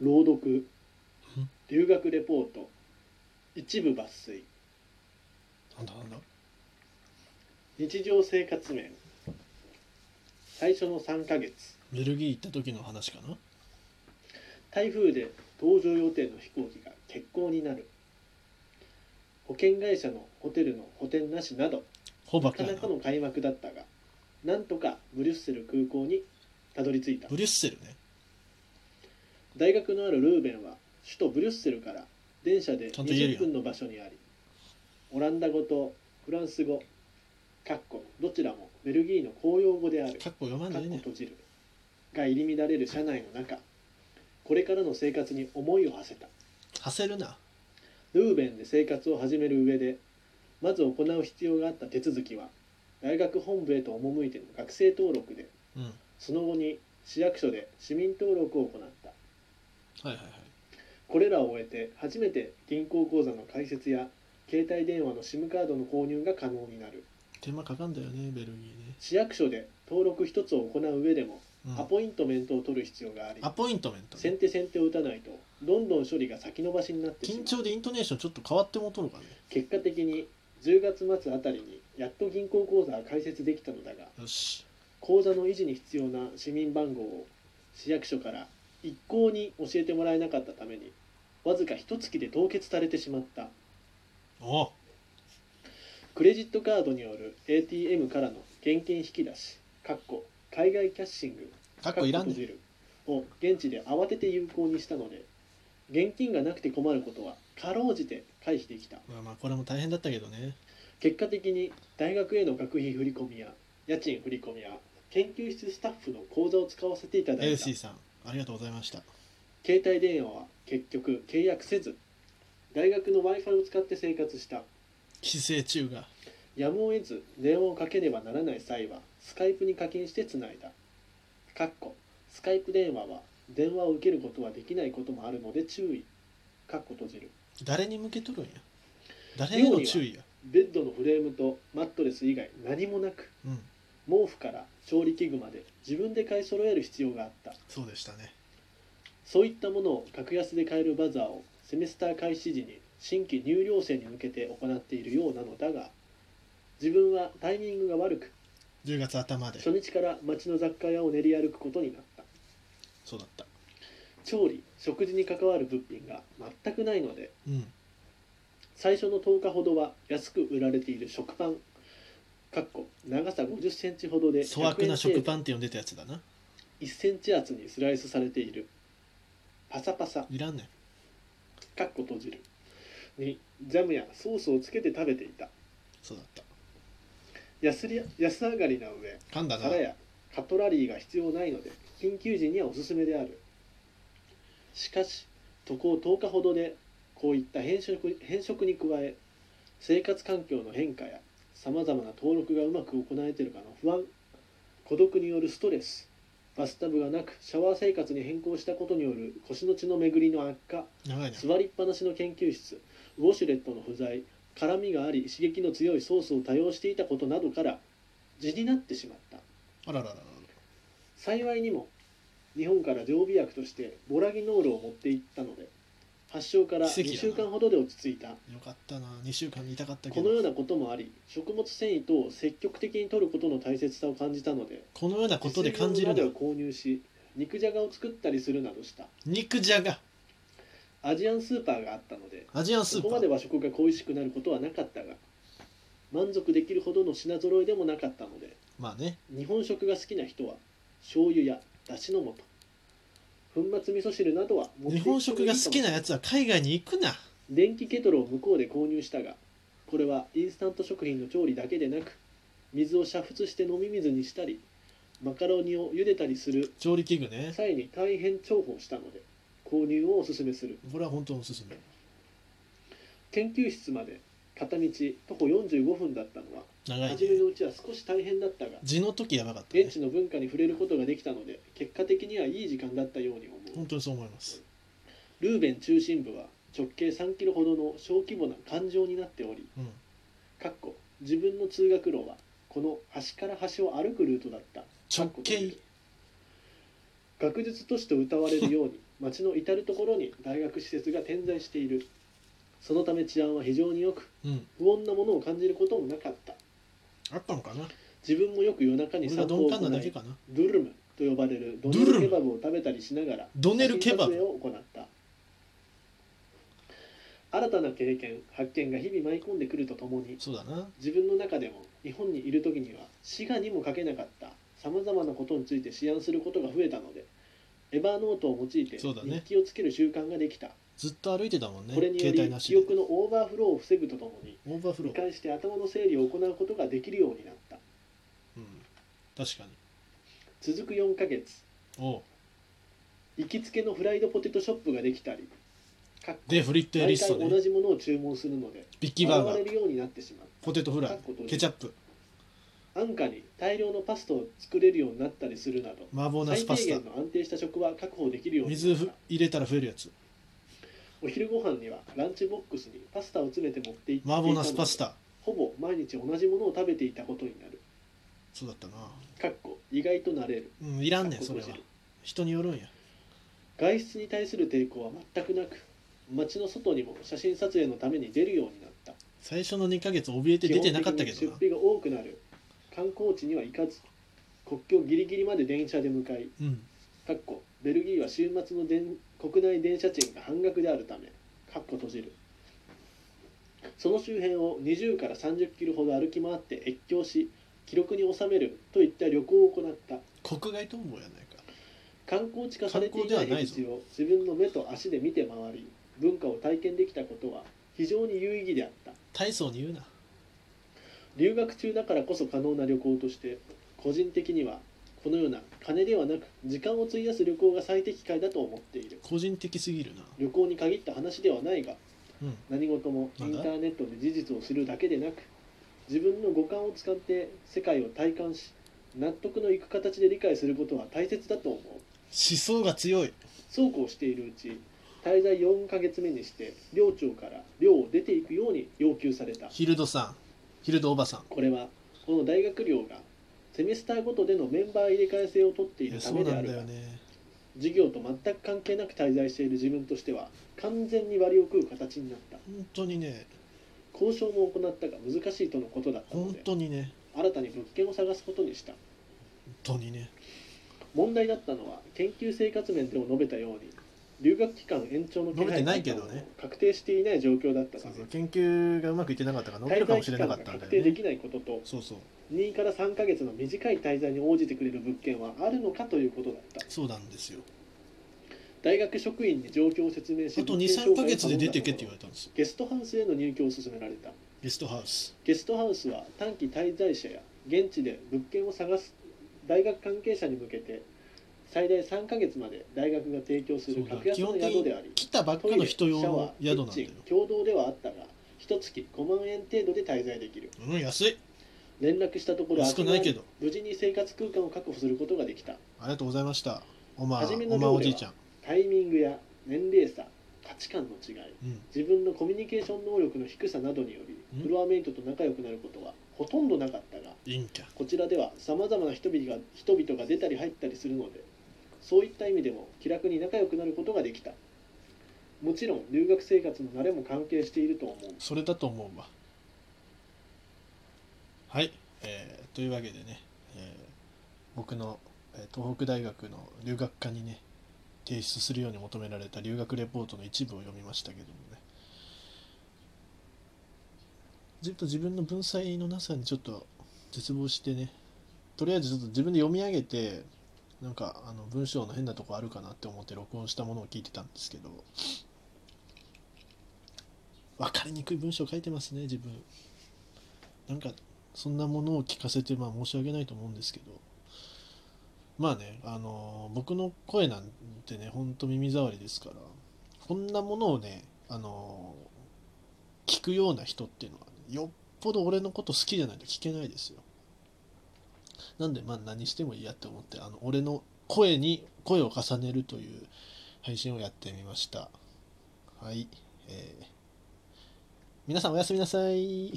朗読留学レポート一部抜粋なんだなんだ日常生活面最初の3ヶ月ベルギー行った時の話かな台風で搭乗予定の飛行機が欠航になる保険会社のホテルの補填なしなどほばなくかやななかの開幕だったがなんとかブリュッセル空港にたどり着いたブリュッセルね大学のあるルーベンは首都ブリュッセルから電車でちゃんと言え20るよ分の場所にありオランダ語とフランス語かっこどちらもベルギーの公用語であるかっこ読まんかでっいいこね閉じるが入り乱れる車内の中これからの生活に思いを馳せたはせるなルーベンで生活を始める上でまず行う必要があった手続きは大学本部へと赴いての学生登録でうんはいその後に市役所で市民登録を行ったはいはいこれらを終えて初めて銀行口座の開設や携帯電話の SIM カードの購入が可能になる手間かかんだよねベルギーね市役所で登録一つを行う上でもうんアポイントメントを取る必要がありアポイントメントね先手先手を打たないとどんどん処理が先延ばしになってし緊まう張でイントネーションちょっと変わってもとるかね結果的に10月末あたりにやっと銀行口座が開設できたのだがよし口座の維持に必要な市民番号を市役所から一向に教えてもらえなかったためにわずか一月で凍結されてしまったおうクレジットカードによる ATM からの現金引き出しかっこ海外キャッシングかっこいらん閉ねじるを現地で慌てて有効にしたので現金がなくて困ることはかろうじて回避できたまあまあこれも大変だったけどね結果的に大学への学費振り込みや家賃振り込みや研究室スタッフの口座を使わせていただエルいたシーさんありがとうございました携帯電話は結局契約せず大学の w i f i を使って生活した寄生虫がやむを得ず電話をかけねばならない際はスカイプに課金してつないだかっこスカイプ電話は電話を受けることはできないこともあるので注意かっこ閉じる誰に向けとるんや誰への注意やベッドのフレームとマットレス以外何もなくうん毛布から調理器具まで自分で買い揃える必要があったそうでしたねそういったものを格安で買えるバザーをセメスター開始時に新規入寮生に向けて行っているようなのだが自分はタイミングが悪く10月頭で初日から街の雑貨屋を練り歩くことになったそうだった調理食事に関わる物品が全くないのでうん最初の10日ほどは安く売られている食パンかっこ長さ5 0センチほどで粗悪な食ンパンって呼んでたやつだな1センチ厚にスライスされているパサパサいらんねんかっこ閉じるにジャムやソースをつけて食べていたそうだった安り安上がりな上噛んだな皿やカトラリーが必要ないので緊急時にはおすすめであるしかし渡航10日ほどでこういった変色変色に加え生活環境の変化やさまざまな登録がうまく行えているかの不安孤独によるストレスバスタブがなくシャワー生活に変更したことによる腰の血の巡りの悪化長いな座りっぱなしの研究室ウォシュレットの不在絡みがあり刺激の強いソースを多用していたことなどから地になってしまったあらららら幸いにも日本から常備薬としてボラギノールを持って行ったので発症から奇跡だな2週間ほどで落ち着いたよかったな2週間に痛かったけこのどようなこともあり食物繊維等を積極的に摂ることの大切さを感じたのでこのようなことで感じる自炊用のな鍋を購入し肉じゃがを作ったりするなどした肉じゃがアジアンスーパーがあったのでアジアンスそーパこまでー和食が恋しくなることはなかったが満足できるほどの品揃えでもなかったのでまあね日本食が好きな人は醤油やだしの素粉末味噌汁などは持って日行ってもいい本かも食が好きなやつは海外に行くな電気ケトルを向こうで購入したがこれはインスタント食品の調理だけでなく水を煮沸して飲み水にしたりマカロニを茹でたりする調理器具ね際に大変重宝したので購入をおすすめするこれは本当におすすめ研究室まで片道徒歩45分だったのは長い初めねのうちは少し大変だったが地の時やばかったね現地の文化に触れることができたので結果的にはいい時間だったように思う本当にそう思いますルーベン中心部は直径3キロほどの小規模な環状になっておりうんかっこ自分の通学路はこの端から端を歩くルートだった直かっこ閉じ径 る学術都市と謳われるように町の至る所に大学施設が点在しているそのため治安は非常によくうん不穏なものを感じることもなかったあったのかな自分もよく夜中に俺が散歩鈍を感行なだけいかなドゥルムと呼ばれるドルネムルケバブを食べたりしながらドネルケバ写真ブ撮影を行った新たな経験発見が日々舞い込んでくるとともにそうだな自分の中でも日本にいる時には滋賀にも書けなかったさまざまなことについて思案することが増えたのでエバーノートを用いてそうだね日記をつける習慣ができた、ずっと歩いてたもんねこれによ携帯りなし記で憶のオーバーフローを防ぐとともにオーバーフロ見ー、返して頭の整理を行うことができるようになったうん、確かに続く4ヶ月おう行きつけのフライドポテトショップができたりかっこでフリットエリ毎ス回ト同ねじものを注文するのでビッキーバー現ガれーるようになってしまうポテトフラかイっこ閉じケチャップ安価に大量のパスタを作れるようになったりするなど麻婆ナ最スパ低スタ限の安定した食は確保できるように水なっふた入れたら増えるやつお昼ご飯にはランチボックスにパスタを詰めて持って行っていた麻ので婆ナスパスタほぼ毎日同じものを食べていたことになるそうだったなかっこ意外となれるうんいらんねかんっこそれは閉じる人によるんや外出に対する抵抗は全くなく街の外にも写真撮影のために出るようになった最初の2ヶ月怯えて出てなかったけ基本的にどな出費が多くなる観光地には行かず国境ギリギリまで電車で向かいうんかっこベルギーは週末の電国内電車賃が半額であるためかっこ閉じるその周辺を20から30キロほど歩き回って越境し記録に収めるといった旅行を行った国外逃亡やないか観光地化されていな観光いではない現ぞ地を自分の目と足で見て回り文化を体験できたことは非常に有意義であった大層に言うな留学中だからこそ可能な旅行として個人的にはこのような金ではなく時間を費やす旅行が最適解だと思っている個人的すぎるな旅行に限った話ではないがうん何事もイなんンだターネットで事実を知るだけでなく自分の五感を使って世界を体感し納得のいく形で理解することは大切だと思う思想が強いそうこうしているうち滞在4ヶ月目にして寮長から寮を出ていくように要求されたヒルドさんヒルドおばさんこれはこの大学寮がセミスターごとでのメンバー入れ替え制を取っていいるやたそうめでなあんるだがよね授業と全く関係なく滞在している自分としては完全に割を食う形になった本当にね交渉も行ったが難しいとのことだったの本で当にね新たに物件を探すことにした本当にね問題だったのは研究生活面でも述べたように留学期間延長の気述べて配ないけどね確定していない状況だったたそうめそう研究がうまくいってなかったから伸びる滞かも在し期れ間なかがったんだ確よ定でねきないこととそうそう2から3ヶ月の短い滞在に応じてくれる物件はあるのかということだったそうなんですよ大学職員に状況を説明しあと23ヶ月で出てけって言われれたんですよゲストハウスへの入居を勧められたゲストハウスゲストハウスは短期滞在者や現地で物件を探す大学関係者に向けて最大3ヶ月まで大学が提供するそうだ格安の宿であり来たばっトかイのレ人用シャワのー宿なんだキッよチン共同ではあったが1月5万円程度で滞在できるうん安い連絡したところ安くないけど無事に生活空間を確保することができたありがとうございましたおま初めのおま料理はおじいちゃんタイミングや年齢差価値観の違いうん自分のコミュニケーション能力の低さなどによりんフロアメイトと仲良くなることはほとんどなかったがいいんかこちらではさまざまな人々が人々が出たり入ったりするのでそういった意味でも気楽に仲良くなることができたもちろん留学生活の慣れも関係していると思うそれだと思うわはい、えーというわけでね、えー僕の、えー東北大学の留学科にね提出するように求められた留学レポートの一部を読みましたけどもねずっと自分の文才のなさにちょっと絶望してねとりあえずちょっと自分で読み上げてなんかあの文章の変なとこあるかなって思って録音したものを聞いてたんですけど分かりにくい文章書いてますね自分なんかそんなものを聞かせてまあ申し訳ないと思うんですけどまあねあのー僕の声なんてねほんと耳障りですからこんなものをねあのー聞くような人っていうのは、よっぽど俺のこと好きじゃないと聞けないですよなんでまあ何してもいいやって思ってあの俺の声に声を重ねるという配信をやってみましたはいえー皆さんおやすみなさい。